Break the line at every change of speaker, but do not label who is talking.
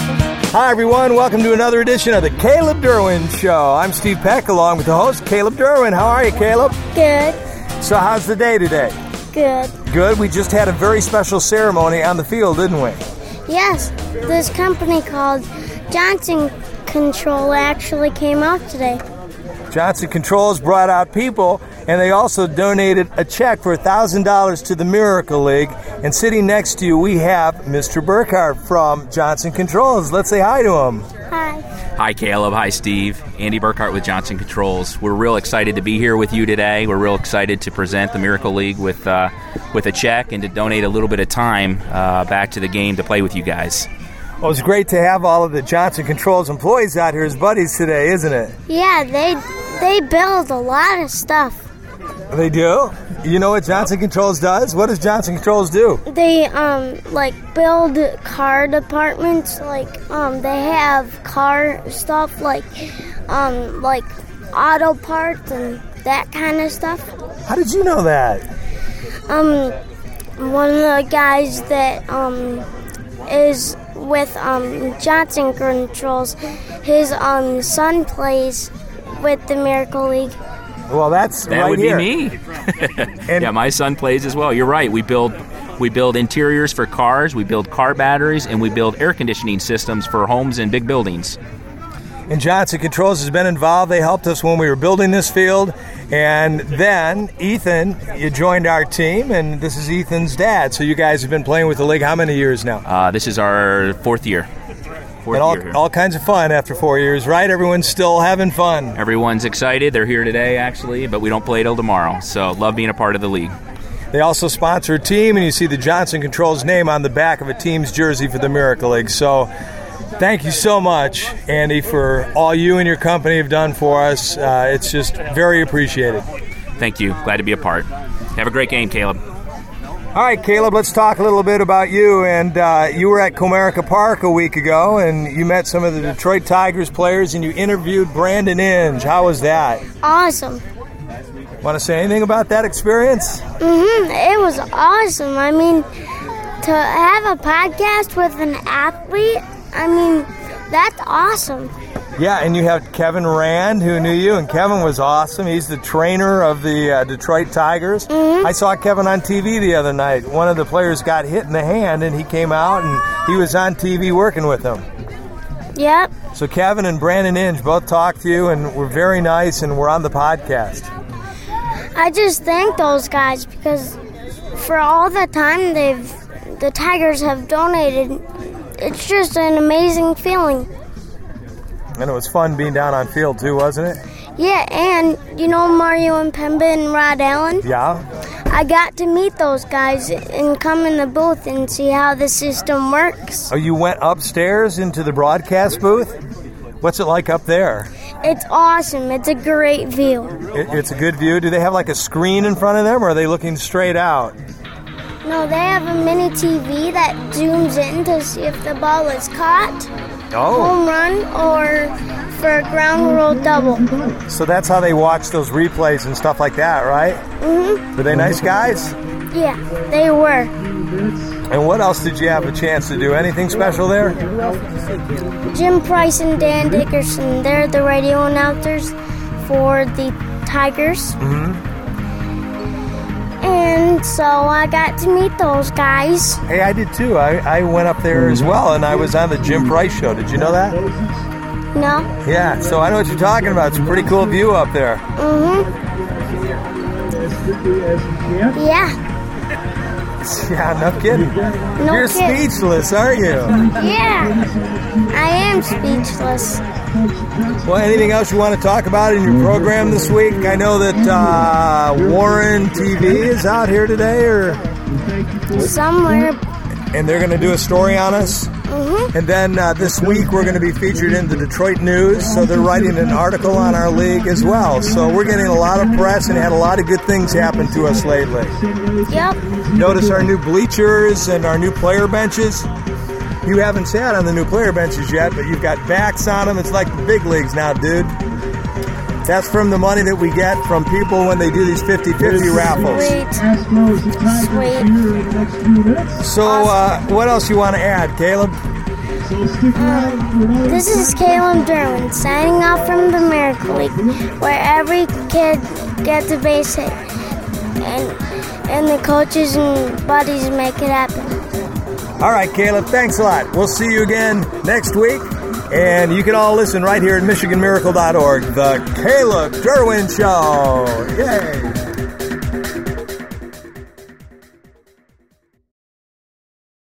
Hi, everyone. Welcome to another edition of the Caleb Derwin Show. I'm Steve Peck along with the host, Caleb Derwin. How are you, Caleb?
Good,
So, how's the day today?
good.
Good. We just had a very special ceremony on the field, didn't we?
Yes, this company called Johnson Control actually came out today.
Johnson Controls brought out people, and they also donated a check for $1,000 to the Miracle League. And sitting next to you, we have Mr. Burkhardt from Johnson Controls. Let's say hi to him.
Hi.
Hi, Caleb. Hi, Steve. Andy Burkhart with Johnson Controls. We're real excited to be here with you today. We're real excited to present the Miracle League with uh, with a check and to donate a little bit of time uh, back to the game to play with you guys.
Well, it's great to have all of the Johnson Controls employees out here as buddies today, isn't it?
Yeah, they they build a lot of stuff.
They do. You know what Johnson Controls does? What does Johnson Controls do?
They um like build car departments. Like um they have car stuff like um like auto parts and that kind of stuff.
How did you know that?
Um, one of the guys that um is with um Johnson Controls, his um son plays with the Miracle League.
Well, that's
That
right
would
here.
be me.
And
yeah, my son plays as well. You're right. We build we build interiors for cars, we build car batteries, and we build air conditioning systems for homes and big buildings.
and Johnson Controls has been involved. They helped us when we were building this field. And then Ethan, you joined our team, and this is Ethan's dad. So you guys have been playing with the league how many years now?
Uh, this is our fourth year. Fourth
and
year here.
all, all kinds of fun after four years, right? Everyone's still having fun.
Everyone's excited. They're here today, actually, but we don't play till tomorrow. So love being a part of the league.
They also sponsor a team, and you see the Johnson Controls name on the back of a team's jersey for the Miracle League. So thank you so much, Andy, for all you and your company have done for us. Uh, it's just very appreciated.
Thank you. Glad to be a part. Have a great game, Caleb.
All right, Caleb, let's talk a little bit about you. And uh, you were at Comerica Park a week ago, and you met some of the Detroit Tigers players, and you interviewed Brandon Inge. How was that?
Awesome.
Want to say anything about that experience?
Mhm. It was awesome. I mean, to have a podcast with an athlete, I mean, that's awesome.
Yeah, and you have Kevin Rand, who knew you, and Kevin was awesome. He's the trainer of the uh, Detroit Tigers. I saw Kevin on TV the other night. One of the players got hit in the hand, and he came out and he was on TV working with them.
Yep.
So Kevin and Brandon Inge both talked to you, and were very nice, and we're on the podcast.
I just thank those guys because for all the time they've the Tigers have donated, it's just an amazing feeling.
And it was fun being down on field too, wasn't it?
Yeah, and you know Mario and Pemba and Rod Allen?
Yeah.
I got to meet those guys and come in the booth and see how the system works.
Oh, you went upstairs into the broadcast booth. What's it like up there?
It's awesome. It's a great view.
It, it's a good view. Do they have like a screen in front of them, or are they looking straight out?
No, they have a mini TV that zooms in to see if the ball is caught,
Oh.
home run, or for a ground rule double.
So that's how they watch those replays and stuff like that, right? Mm-hmm. Were they nice guys?
Yeah, they were.
And what else did you have a chance to do? Anything special there?
Jim Price and Dan
Mm-hmm.
Dickerson. They're the radio announcers for the Tigers. Mm-hmm. And so I got to meet those guys.
Hey, I did too. I, I went up there as well, and I was on the Jim Price show. Did you know that?
No?
Yeah. So I know what you're talking about. It's a pretty cool view up there.
Mm-hmm. Yeah.
Yeah, no kidding.
No
you're
kidding.
speechless, aren't you?
Yeah. I am speechless.
Well, anything else you want to talk about in your program this week? I know that uh, Warren TV is out here today, or
Somewhere.
and they're going to do a story on us.
Mm-hmm.
And then uh, this week we're going to be featured in the Detroit News, so they're writing an article on our league as well. So we're getting a lot of press and had a lot of good things happen to us lately.
Yep.
Notice our new bleachers and our new player benches. You haven't sat on the new player benches yet, but you've got backs on them. It's like the big leagues now, dude. That's from the money that we get from people when they do these 50-50 raffles.
Sweet. Sweet.
So uh, what else you want to add, Caleb?
Um, this is Caleb Derwin signing off from the Miracle League, where every kid gets a base hit, and and the coaches and buddies make it happen.
All right, Caleb, thanks a lot. We'll see you again next week. And you can all listen right here at MichiganMiracle.org, the Caleb Derwin Show. Yay!